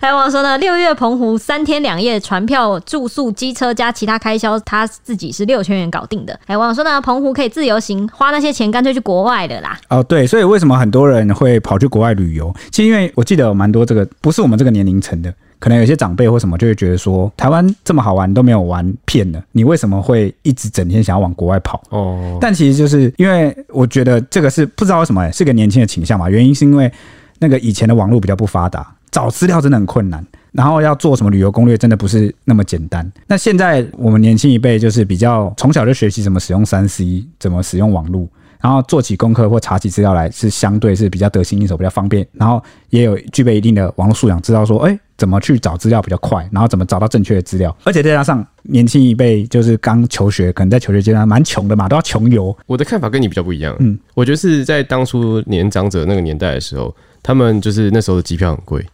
S1: 还有网友说呢，六月澎湖三天两夜船票、住宿、机车加其他开销，他自己是六千元搞定的。还有网友说呢，澎湖可以自由行，花那些钱干脆去国外的啦。
S2: 哦，对，所以为什么很多人会跑去国外旅游？其实因为我记得有蛮多这个不是我们这个年龄层的，可能有些长辈或什么就会觉得说，台湾这么好玩都没有玩遍了，你为什么会一直整天想要往国外跑？
S3: 哦，
S2: 但其实就是因为我觉得这个是不知道为什么、是个年轻的倾向嘛，原因是因为那个以前的网络比较不发达，找资料真的很困难。然后要做什么旅游攻略，真的不是那么简单。那现在我们年轻一辈就是比较从小就学习怎么使用三 C，怎么使用网络，然后做起功课或查起资料来是相对是比较得心应手，比较方便。然后也有具备一定的网络素养，知道说，哎，怎么去找资料比较快，然后怎么找到正确的资料。而且再加上年轻一辈就是刚求学，可能在求学阶段蛮穷的嘛，都要穷游，
S3: 我的看法跟你比较不一样。
S2: 嗯
S3: 嗯，我觉得是在当初年长者那个年代的时候，他们就是那时候的机票很贵，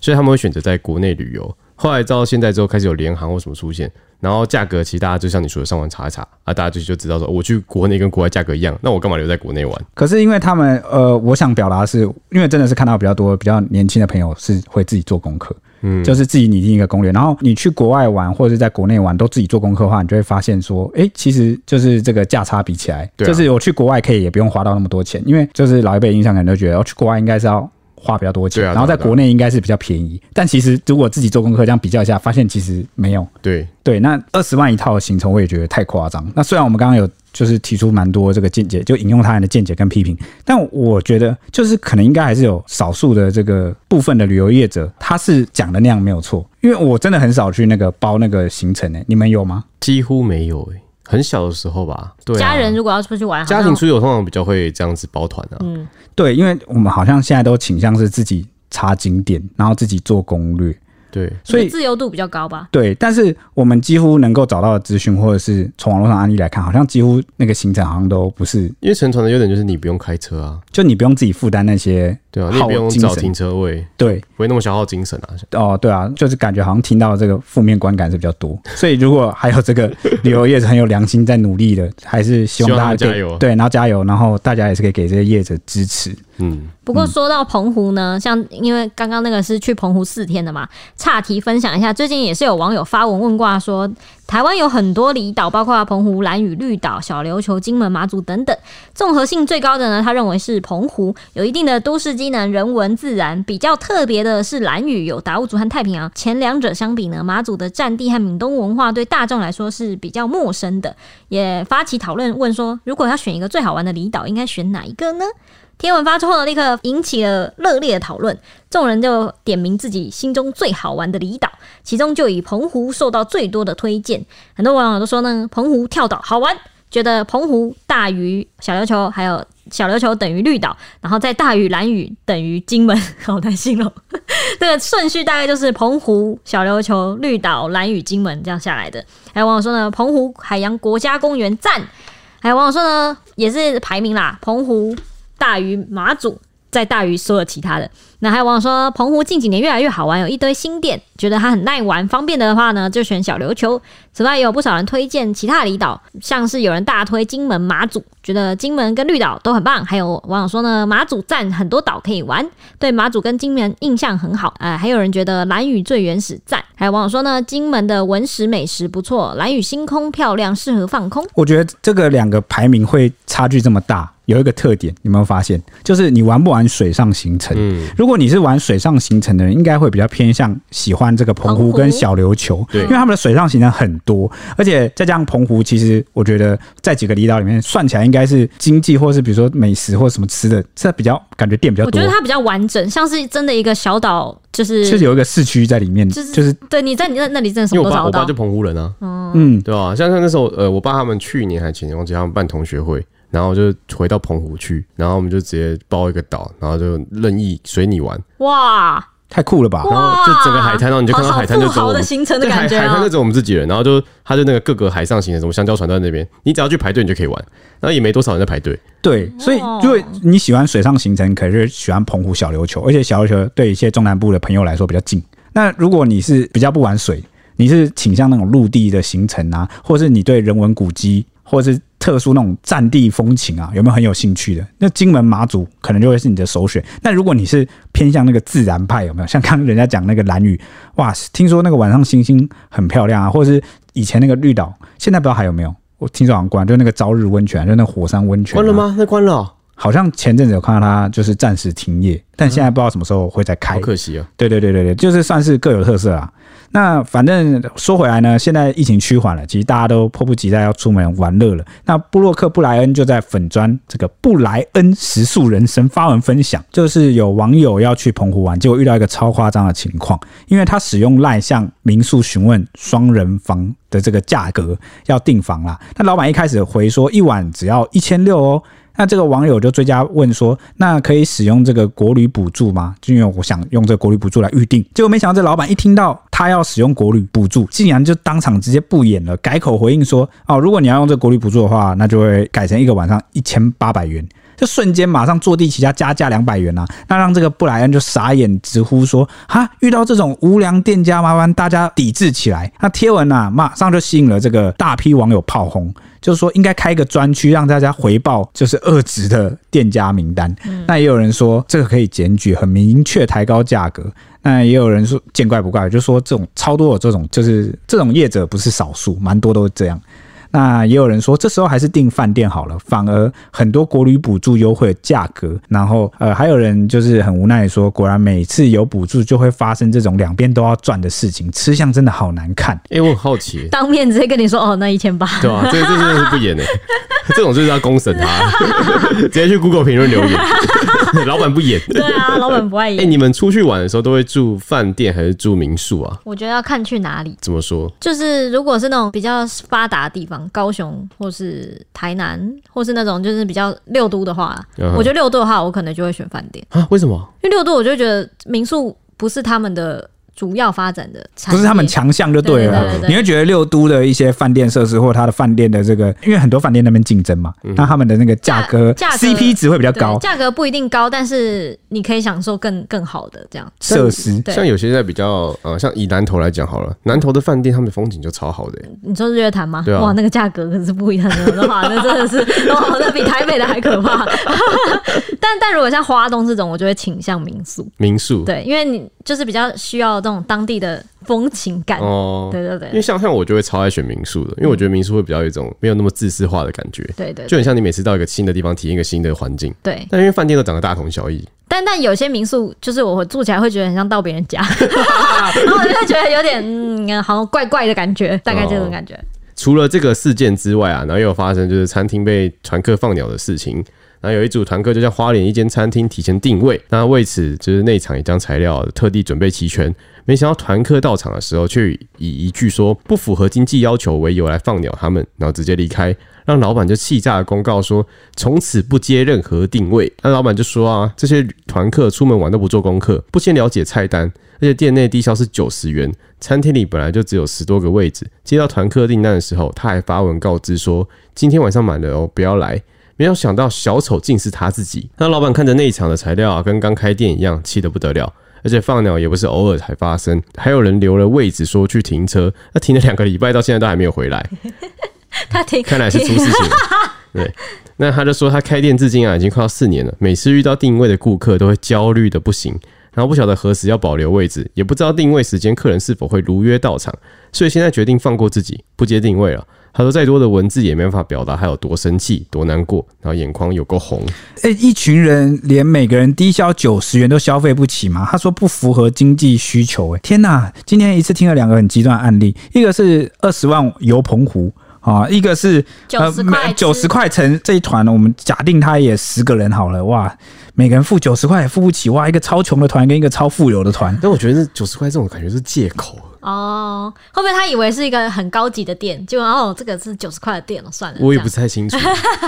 S3: 所以他们会选择在国内旅游。后来到现在之后，开始有联航或什么出现，然后价格其实大家就像你说的，上网查一查啊，大家就就知道说，哦我去国内跟国外价格一样，那我干嘛留在国内玩？
S2: 可是因为他们，呃，我想表达的是，因为真的是看到比较多比较年轻的朋友是会自己做功课，嗯，就是自己拟定一个攻略，然后你去国外玩或者是在国内玩都自己做功课的话，你就会发现说，诶，其实就是这个价差比起来，
S3: 对啊
S2: 就是我去国外可以也不用花到那么多钱，因为就是老一辈的印象可能都觉得，哦，去国外应该是要。花比较多钱，
S3: 对啊
S2: 然后在
S3: 对啊
S2: 国内应该是比较便宜，但其实如果自己做功课这样比较一下，发现其实没有，
S3: 对，
S2: 对，那二十万一套的行程，我也觉得太夸张。那虽然我们刚刚有就是提出蛮多这个见解，就引用他人的见解跟批评，但我觉得就是可能应该还是有少数的这个部分的旅游业者，他是讲的那样没有错。因为我真的很少去那个包那个行程诶、欸你们有吗？
S3: 几乎没有诶、很小的时候吧。对、啊，
S1: 家人如果要嗯出去玩，
S3: 家
S1: 好像
S3: 庭出游通常比较会这样子包团啊。
S2: 对，因为我们好像现在都倾向是自己查景点，然后自己做攻略，
S3: 对，
S2: 所以
S1: 自由度比较高吧。
S2: 对，但是我们几乎能够找到的资讯，或者是从网络上案例来看，好像几乎那个行程好像都不是，
S3: 因为乘船的优点就是你不用开车啊，
S2: 就你不用自己负担那些
S3: 对啊，你也
S2: 耗
S3: 不用
S2: 精
S3: 找
S2: 神
S3: 停车位，
S2: 对，
S3: 不会那么消耗精神啊。
S2: 哦，对啊，就是感觉好像听到这个负面观感是比较
S3: [laughs]
S2: 多，所以如果还有这个旅游业者很有良心在努力的，还是希望
S3: 希望他
S2: 大
S3: 们
S2: 家可
S3: 加
S2: 以
S3: 油
S2: 对，然后加油，然后大家也是可以给这些业者支持。
S3: 嗯，
S1: 不过说到澎湖呢，像因为刚刚那个是去澎湖四天的嘛，岔题分享一下，最近也是有网友发文问卦说，台湾有很多离岛，包括澎湖、兰屿、绿岛、小琉球、金门、马祖等等，综合性最高的呢，他认为是澎湖，有一定的都市机能、人文、自然。比较特别的是兰屿有达悟族和太平洋，前两者相比呢，马祖的战地和闽东文化对大众来说是比较陌生的，也发起讨论问说，如果要选一个最好玩的离岛，应该选哪一个呢？贴文发出后呢，立刻引起了热烈的讨论，众人就点名自己心中最好玩的离岛，其中就以澎湖受到最多的推荐。很多网友都说呢，澎湖跳岛好玩，觉得澎湖大于小琉球，还有小琉球等于绿岛，然后再大于蓝屿等于金门，好难形容。这个顺序大概就是澎湖、小琉球、绿岛、蓝屿、金门这样下来的。还有网友说呢，澎湖海洋国家公园赞。还有网友说呢，也是排名啦，澎湖大于马祖，再大于所有其他的。那还有网友说，澎湖近几年越来越好玩，有一堆新店，觉得它很耐玩，方便的话呢，就选小琉球。此外，也有不少人推荐其他离岛，像是有人大推金门、马祖，觉得金门跟绿岛都很棒。还有网友说呢，马祖站很多岛可以玩，对马祖跟金门印象很好。呃，还有人觉得蓝屿最原始赞。还有网友说呢，金门的文史美食不错，蓝屿星空漂亮，适合放空。
S2: 我觉得这个两个排名会差距这么大，有一个特点，你有没有发现？就是你玩不玩水上行程？如果你是玩水上行程的人，应该会比较偏向喜欢这个澎湖
S1: 澎湖
S2: 跟小琉球，
S3: 对
S2: 因为他们的水上行程很多，而且再加上澎湖，其实我觉得在几个离岛里面算起来，应该是经济或是比如说美食或什么吃的，这比较感觉店比较
S1: 我
S2: 多
S1: 觉，得它比较完整，像是真的一个小岛，就是
S2: 是有一个市区在里面，
S1: 就是
S2: 就是
S1: 对你在你那那里真的什
S3: 因为
S1: 么都
S3: 我爸
S1: 找
S3: 我
S1: 得
S3: 爸
S1: 到哦
S3: 就。澎湖人啊，
S2: 嗯，
S3: 对啊，像像那时候，呃，我爸他们去年还前年忘记他们办同学会，然后就回到澎湖去，然后我们就直接包一个岛，然后就任意随你玩，
S1: 哇，
S2: 太酷了吧！
S3: 然后就整个海滩，然后你就看到
S1: 好
S3: 海滩就
S1: 好富
S3: 走我
S1: 豪
S3: 们
S1: 的行程的
S3: 对海
S1: 感觉
S3: 海滩
S1: 啊，
S3: 就！走我们自己人，然后就他就那个各个海上行程，什么香蕉船都在那边，你只要去排队你就可以玩，然后也没多少人在排队，
S2: 对，所以如果你喜欢水上行程，可能就是喜欢澎湖小琉球，而且小琉球对一些中南部的朋友来说比较近。那如果你是比较不玩水，你是倾向那种陆地的行程啊，或是你对人文古迹，或是特殊那种战地风情啊，有没有很有兴趣的？那金门、马祖可能就会是你的首选。那如果你是偏向那个自然派，有没有？像刚刚人家讲那个蓝屿，哇，听说那个晚上星星很漂亮啊，或是以前那个绿岛，现在不知道还有没有？我听说好像关，就那个朝日温泉，就那个火山温泉、啊，
S3: 关了吗？那关了哦，
S2: 好像前阵子有看到它就是暂时停业，但现在不知道什么时候会再开。
S3: 好可惜啊，
S2: 对对对对对，就是算是各有特色啊。那反正说回来呢，现在疫情趋缓了，其实大家都迫不及待要出门玩乐了。那布洛克布莱恩就在粉砖这个布莱恩食宿人生发文分享，就是有网友要去澎湖玩，结果遇到一个超夸张的情况，因为他使用赖向民宿询问双人房的这个价格要订房啦。那老板一开始回说一晚只要一千六哦。那这个网友就追加问说：“那可以使用这个国旅补助吗？”就因为我想用这个国旅补助来预定，结果没想到这老板一听到他要使用国旅补助，竟然就当场直接不演了，改口回应说：“哦，如果你要用这个国旅补助的话，那就会改成一个晚上一千八百元。”这瞬间马上坐地起价，加价两百元啊！那让这个布莱恩就傻眼，直呼说：“哈，遇到这种无良店家，麻烦大家抵制起来！”那贴文啊，马上就吸引了这个大批网友炮轰，就是说应该开一个专区让大家回报，就是遏制的店家名单。那也有人说这个可以检举，很明确抬高价格。那也有人说见怪不怪，就说这种超多有这种，就是这种业者不是少数，蛮多都是这样。那也有人说，这时候还是订饭店好了，反而很多国旅补助优惠的价格。然后，呃，还有人就是很无奈地说，果然每次有补助就会发生这种两边都要赚的事情，吃相真的好难看。
S3: 哎，我很好奇
S1: 当面直接跟你说哦，那一千八，
S3: [laughs] 对吧？这个这真的是不演哎， [laughs] 这种就是要公审他， [laughs] 直接去 Google 评论留言， [laughs] 老板不演。
S1: 对啊，老板不爱
S3: 哎，
S1: 演。
S3: 你们出去玩的时候都会住饭店还是住民宿啊？
S1: 我觉得要看去哪里，
S3: 怎么说？
S1: 就是如果是那种比较发达的地方，高雄或是台南，或是那种就是比较六都的话
S3: 嗯哼
S1: 我觉得六都的话，我可能就会选饭店，
S3: 啊？为什么？
S1: 因为六都我就觉得民宿不是他们的主要发展的产
S2: 不
S1: 业，
S2: 是他们强项就对了，
S1: 对对对对
S2: 你会觉得六都的一些饭店设施或它的饭店的这个，因为很多饭店那边竞争嘛，那他们的那个价格
S1: 价格
S2: CP 值会比较
S1: 对
S2: 高，
S1: 价格不一定高，但是你可以享受更更好的这样。
S2: 设施
S1: 对
S3: 像有些在比较呃，像以南投来讲好了，南投的饭店他们风景就超好的欸、
S1: 你说日月潭吗？
S3: 对啊
S1: 哇，那个价格可是不一样
S3: [laughs]
S1: 的，哇，那真的是，哇，那比台北的还可怕。 [laughs] 但但如果像花东这种，我就会倾向民宿，
S3: 民宿。
S1: 对，因为你就是比较需要这种当地的风情感。
S3: 哦，
S1: 对对
S3: 因为
S1: 对
S3: 像像我就会超爱选民宿的，因为我觉得民宿会比较有一种没有那么自私化的感觉，
S1: 对对
S3: 就
S1: 对
S3: 很像你每次到一个新的地方体验一个新的环境，
S1: 对，
S3: 但因为饭店都长得大同小异，
S1: 但但有些民宿就是我住起来会觉得很像到别人
S3: [laughs]
S1: 家，然后我就会觉得有点嗯，好像怪怪的感觉，大概这种感觉。
S3: 除了这个事件之外啊，然后也有发生就是餐厅被团客放鸟的事情。然后有一组团客就在花莲一间餐厅提前定位，那为此就是内场也将材料特地准备齐全。没想到团客到场的时候，却以一句说不符合经济要求为由来放鸟他们，然后直接离开，让老板就气炸的公告说从此不接任何定位。那老板就说啊，这些团客出门玩都不做功课，不先了解菜单，而且店内低消是九十元，餐厅里本来就只有十多个位置，接到团客订单的时候，他还发文告知说今天晚上满了哦，不要来。没有想到小丑竟是他自己。那老板看着内场的材料啊，跟刚开店一样，气得不得了。而且放鸟也不是偶尔才发生，还有人留了位置说去停车，那停了两个礼拜，到现在都还没有回来，
S1: 他挺
S3: 看来是出事情了。对，那他就说他开店至今啊，已经快要四年了，每次遇到定位的顾客都会焦虑的不行，然后不晓得何时要保留位置，也不知道定位时间客人是否会如约到场，所以现在决定放过自己，不接定位了。他说再多的文字也没办法表达他有多生气、多难过，然后眼眶有够红。
S2: 哎、一群人连每个人低消九十元都消费不起吗？他说不符合经济需求、哎，天哪！今天一次听了两个很极端的案例，一个是二十万游澎湖。啊，一个是
S1: 90块吃
S2: 九十块乘这一团呢，我们假定他也十个人好了，哇，每个人付九十块也付不起，哇，一个超穷的团跟一个超富有的团，
S3: 但我觉得九十块这种感觉是借口。
S1: 哦，后面他以为是一个很高级的店，结果哦，这个是九十块的店了，哦算了。
S3: 我也
S1: 这样
S3: 不太清楚，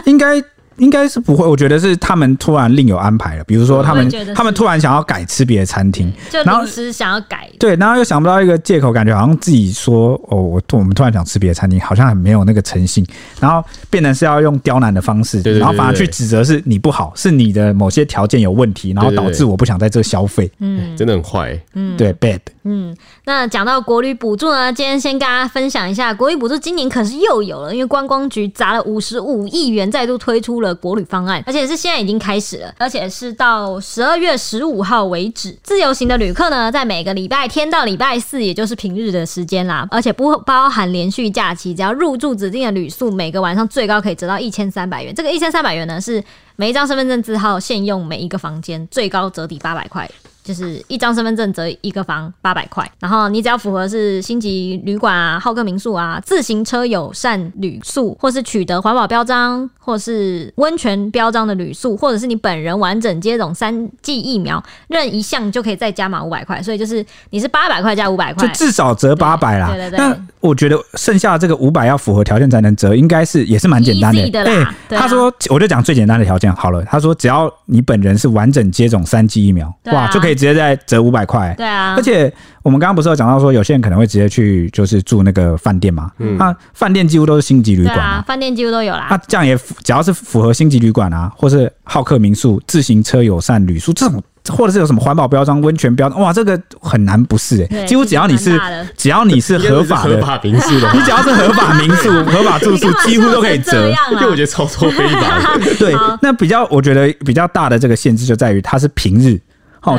S2: 应该应该是不会，我觉得是他们突然另有安排了，比如说他
S1: 我
S2: 们
S1: 也觉得是
S2: 他们突然想要改吃别的餐厅，
S1: [laughs] 就
S2: 然后
S1: 临时想要改，
S2: 对，然后又想不到一个借口，感觉好像自己说哦，我突我们突然想吃别的餐厅，好像很没有那个诚信，然后变成是要用刁难的方式，
S3: 对对对
S2: 然后反而
S3: 对对
S2: 去指责是你不好，是你的某些条件有问题，然后
S3: 对对
S2: 导
S3: 对
S2: 致我不想在这消费，
S3: 真的很坏、欸。
S2: 对 bad。
S1: 嗯，那讲到国旅补助呢，今天先跟大家分享一下，国旅补助今年可是又有了，因为观光局砸了五十五亿元，再度推出了国旅方案，而且是现在已经开始了，而且是到十二月十五号为止。自由行的旅客呢，在每个礼拜天到礼拜四，也就是平日的时间啦，而且不包含连续假期，只要入住指定的旅宿，每个晚上最高可以折到一千三百元。这个一千三百元呢，是每一张身份证字号限用每一个房间，最高折抵八百块。就是一张身份证折一个房八百块，然后你只要符合是星级旅馆啊、好客民宿啊、自行车友善旅宿，或是取得环保标章，或是温泉标章的旅宿，或者是你本人完整接种三剂疫苗，任一项就可以再加码五百块，所以就是你是八百块加五百
S2: 就
S1: 块，
S2: 至少折八百啦
S1: 对对对。
S2: 那我觉得剩下这个五百要符合条件才能折，应该是也是蛮简单的。哎
S1: Easy 的啦对啊
S2: 他说我就讲最简单的条件好了。他说只要你本人是完整接种三剂疫苗，
S1: 对啊
S2: 哇，就可以直接再折五百块。
S1: 对啊
S2: 而，且我们刚刚不是有讲到说，有些人可能会直接去就是住那个饭店嘛，那饭店几乎都是星级旅
S1: 对
S2: 馆嘛
S1: 啊，，饭店几乎都有啦。
S2: 那、这样也符只要是符合星级旅馆啊，或是好客民宿、自行车友善旅宿这种，或者是有什么环保标章、温泉标章，哇，这个很难不是哎、
S1: 对
S2: 几乎只要你
S1: 这
S2: 是
S1: 个蛮大的
S2: 只要你是合
S3: [laughs]
S2: 法的
S3: 合，法民宿的
S2: [laughs] 你
S3: 话，
S2: 只要是合法民宿、合法住
S1: [laughs] 你干
S2: 宿
S1: 嘛，
S2: 几乎都可以
S1: 笑成这
S2: 折。
S1: 样啊
S3: [laughs] 因
S1: 啦
S3: 为我觉得超超非法的。
S2: 对，那比较我觉得比较大的这个限制就在于它是平日。哦，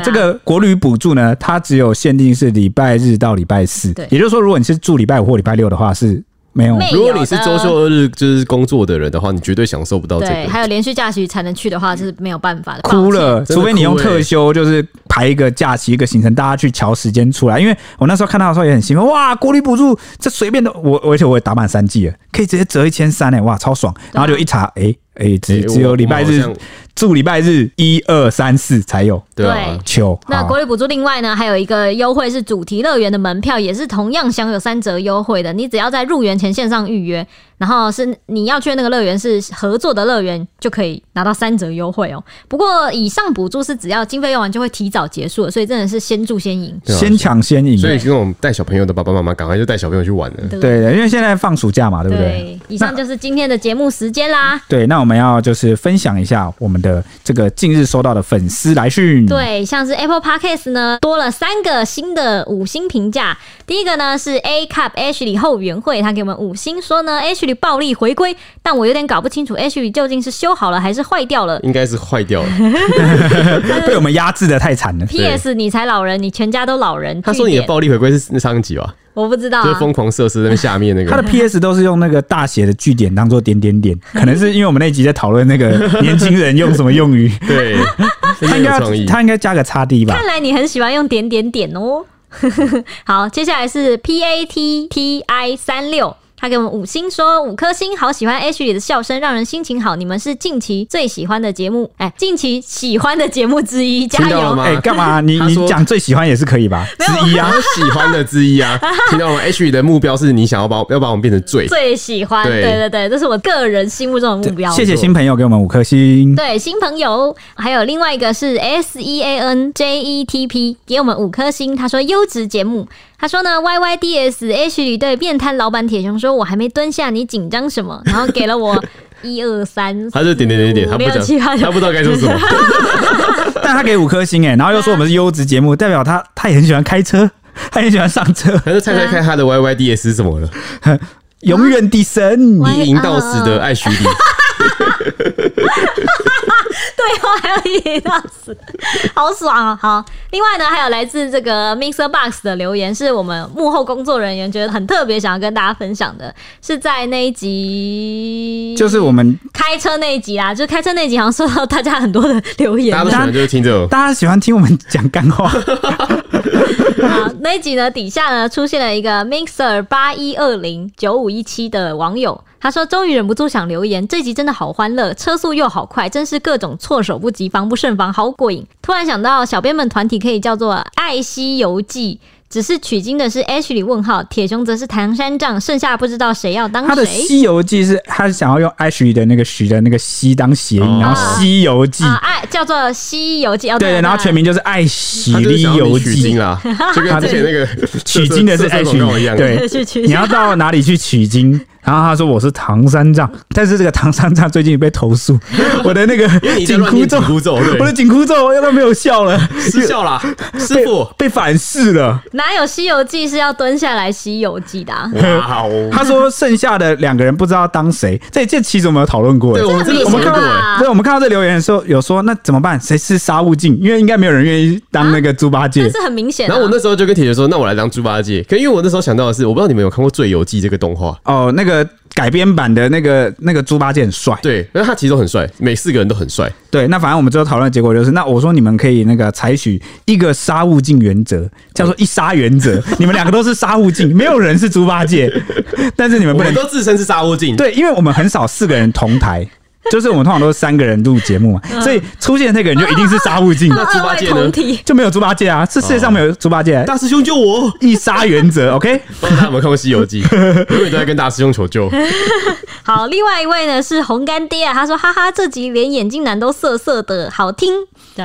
S1: 对啊
S2: 这个国旅补助呢，它只有限定是礼拜日到礼拜四
S1: 对，
S2: 也就是说，如果你是住礼拜五或礼拜六的话，是没有
S1: 没有
S3: 如果你是周休二日就是工作的人的话，你绝对享受不到这
S1: 啊对，
S3: 个。
S1: 还有连续假期才能去的话，就是没有办法的。
S2: 哭
S1: 抱
S2: 了，
S1: 歉
S3: 真的
S2: 除非你用
S3: 哭欸
S2: 特休，就是排一个假期一个行程，大家去瞧时间出来。因为我那时候看到的时候也很兴奋，哇，国旅补助这随便的，我而且我也打满三 G 了，可以直接折一千三哎，哇，超爽！然后就一查，哎、哎、只
S3: 诶
S2: 只有
S3: 我
S2: 礼拜日嗯
S3: 我们好像
S2: 住礼拜日一二三四才有
S3: 对
S1: 对
S3: 啊，
S2: 秋。
S1: 那
S2: 好
S1: 国旅补助另外呢，还有一个优惠是主题乐园的门票，也是同样享有三折优惠的。你只要在入园前线上预约，然后是你要去的那个乐园是合作的乐园，就可以拿到三折优惠哦。不过以上补助是只要经费用完就会提早结束了，所以真的是先住先赢。
S3: 对啊
S2: 先抢先赢，
S3: 所以那种带小朋友的爸爸妈妈，赶快就带小朋友去玩了。
S1: 对不
S2: 对的，因为现在放暑假嘛，对不对？
S1: 对，以上就是今天的节目时间啦。
S2: 对，那我们要就是分享一下我们的这个近日收到的粉丝来讯。，
S1: 对，像是 Apple Podcast 呢，多了三个新的五星评价。第一个呢是 A Cup Ashley 后援会，他给我们五星说呢，Ashley 暴力回归，但我有点搞不清楚 Ashley 究竟是修好了还是坏掉了。
S3: 应该是坏掉了。
S1: [laughs]
S2: 被我们压制的太惨了。
S1: P.S. 你才老人，你全家都老人。
S3: 他说
S1: 据
S3: 你的
S1: 点
S3: 暴力回归是是上一集吧？
S1: 我不知道、
S3: 就是
S1: 啊，
S3: 疯狂设施那边下面那
S2: 他的
S3: 个。
S2: PS 都是用那个大写的句点当做点点
S3: [laughs]
S2: 点，可能是因为我们那集在讨论那个 [laughs] 年轻人用什么用
S3: [laughs]
S2: 语，
S3: 对，
S2: 他
S3: 他
S2: 应该要
S3: 有创意。
S2: 他应该加个叉 D 吧
S1: 看。来你很喜欢用点点点哦。 [laughs] 好，接下来是 P A T T I 三六。他给我们五星说五颗星，好喜欢 H 里的笑声，让人心情好。你们是近期最喜欢的节目，哎，近期喜欢的节目之一，加
S3: 听到了
S1: 油！
S3: 吗？
S2: 哎，干
S3: [laughs]
S2: 嘛？你
S3: 啊他
S2: 你
S3: 说
S2: 讲最喜欢也是可以吧？之一啊，
S3: 我喜欢的之
S1: [laughs]
S3: 一啊，听到了吗？H 的目标是你想要把我要把我们变成最
S1: 最喜欢，
S3: 对
S1: 对对对，这是我个人心目中的目标。
S2: 谢谢新朋友给我们五颗
S3: [laughs]
S2: 星。
S1: 对，新朋友，还有另外一个是 S E A N J E T P 给我们五颗星，他说优质节目。他说呢，Y Y D S H 里对面瘫老板铁熊说，我还没蹲下，你紧张什么？然后给了
S3: [laughs]
S1: 我一二三，
S3: 他就点点点点，他不
S1: 没有其他
S3: 讲，他不知道该说什么。
S2: 但他给五颗星哎，然后又说我们是优质节目，代表他他也很喜欢开车，他也很喜欢上
S3: [laughs]
S2: 车，
S3: 他就猜猜看他的 YYDS 是什么了？
S2: 永远的神。
S1: 啊 [laughs]
S3: 你赢到死的爱许你，
S1: [laughs] 对话还要一到死，好爽哦！好，另外呢，还有来自这个 Mixer Box 的留言，是我们幕后工作人员觉得很特别，想要跟大家分享的，是在那一集，
S2: 就是我们
S1: 开车那一集啦，就是开车那一集，好像收到大家很多的留言
S3: 大家都喜欢就是听这种，
S2: 大家喜欢听我们讲干
S3: [laughs]
S2: 话，
S1: [laughs] 好，那一集呢，底下呢出现了一个 mixer 八一二零九五一七的网友，他说终于忍不住想留言，这集真的好欢乐，车速又好快，真是各种措手不及，防不胜防，好过瘾。突然想到，小编们团体可以叫做爱惜游记。只是取经的是 H 里问号，铁熊则是唐三藏，剩下不知道谁要当谁。
S2: 他的《西游记》是他想要用 Ash 的那个许的那个西当谐音，
S3: 哦
S2: 然后《西游记》
S1: 啊，爱叫做《西游记》哦，
S2: 对对，然后全
S1: 名
S2: 名就是爱喜
S3: 他就是
S2: 力
S3: 想要
S2: 游
S3: 你取
S2: 记
S3: 经。啊啦，就跟之前那个
S2: 取经的是
S3: 色
S2: 爱
S3: 色
S2: 取
S3: 广告一样，，
S2: 对
S1: 去取，经
S2: 你要到哪里去取经？然后他说我是唐三藏，但是这个唐三藏最近被投诉，我的那个
S3: 你在
S2: 紧
S3: 乱
S2: 箍
S3: 念
S2: 咒，
S3: 紧箍咒对
S2: 我的紧箍咒要都没有效了，
S3: 失效啦，师
S2: 被
S3: 傅，
S2: 被反噬了。
S1: 哪有《西游记》是要蹲下来《西游记》的、啊？
S3: [laughs] 哇哦，
S2: 他说剩下的两个人不知道当谁，这这其实我们有讨论过。
S3: 对我们这个
S2: 哦我
S3: 有
S2: 们看
S3: 讨论
S2: 到
S3: 过
S1: 啊
S3: 哎，，
S2: 对，我们看到这留言的时候，有说那怎么办？谁是沙悟净？因为应该没有人愿意当那个猪八戒
S1: 但。是很明显、啊。
S3: 然后我那时候就跟铁学说，那我来当猪八戒，可因为我那时候想到的是，我不知道你们有看过《醉游记》这个动画。
S2: 哦，那个改编版的那个那个猪八戒很帅。
S3: 对，那他其实都很帅，每四个人都很帅。
S2: 对，那反正我们最后讨论的结果就是，那我说你们可以那个采取一个杀勿尽原则，叫做一杀原
S3: [laughs]
S2: 则。你们两个都是杀勿尽，没有人是猪八戒，但是你们
S3: 我
S2: 不能
S3: 们都自称是沙窝镜，
S2: 对，因为我们很少四个人同台。就是我们通常都是三个人录节目嘛，
S3: 嗯
S2: 所以出现那个人就一定是杀勿尽，
S3: 猪八戒呢
S1: 二位同体
S2: 就没有猪八戒啊！这世界上没有猪八戒，啊
S3: 大师兄救我！
S2: 一杀原则，OK？
S3: 不知道大家有没有看过《西游记》，啊永远都在跟大师兄求救。
S1: 好，另外一位呢是红干爹啊，他说：“哈哈，这集连眼镜男都涩涩的，好听。对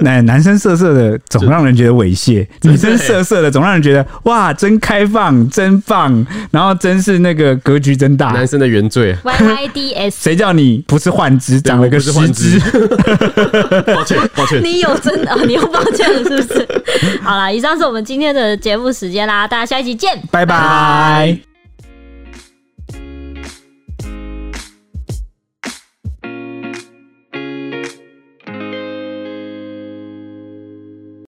S2: 那男生色色的总让人觉得猥
S3: [laughs]
S2: 亵，女生色色的总让人觉得哇，真开放，真棒，然后真是那个格局真大。
S3: 男生的原罪，啊
S1: ”Y Y D
S2: [laughs]
S1: S，
S2: 谁叫你不是幻肢，长了个
S3: 我不是
S2: 失
S3: 幻肢
S2: 肢？ [laughs]
S3: [laughs] 抱歉抱歉。
S1: 你有真的、哦你又抱歉了是不是？好啦，以上是我们今天的节目时间啦，大家下一集见。
S2: 拜拜。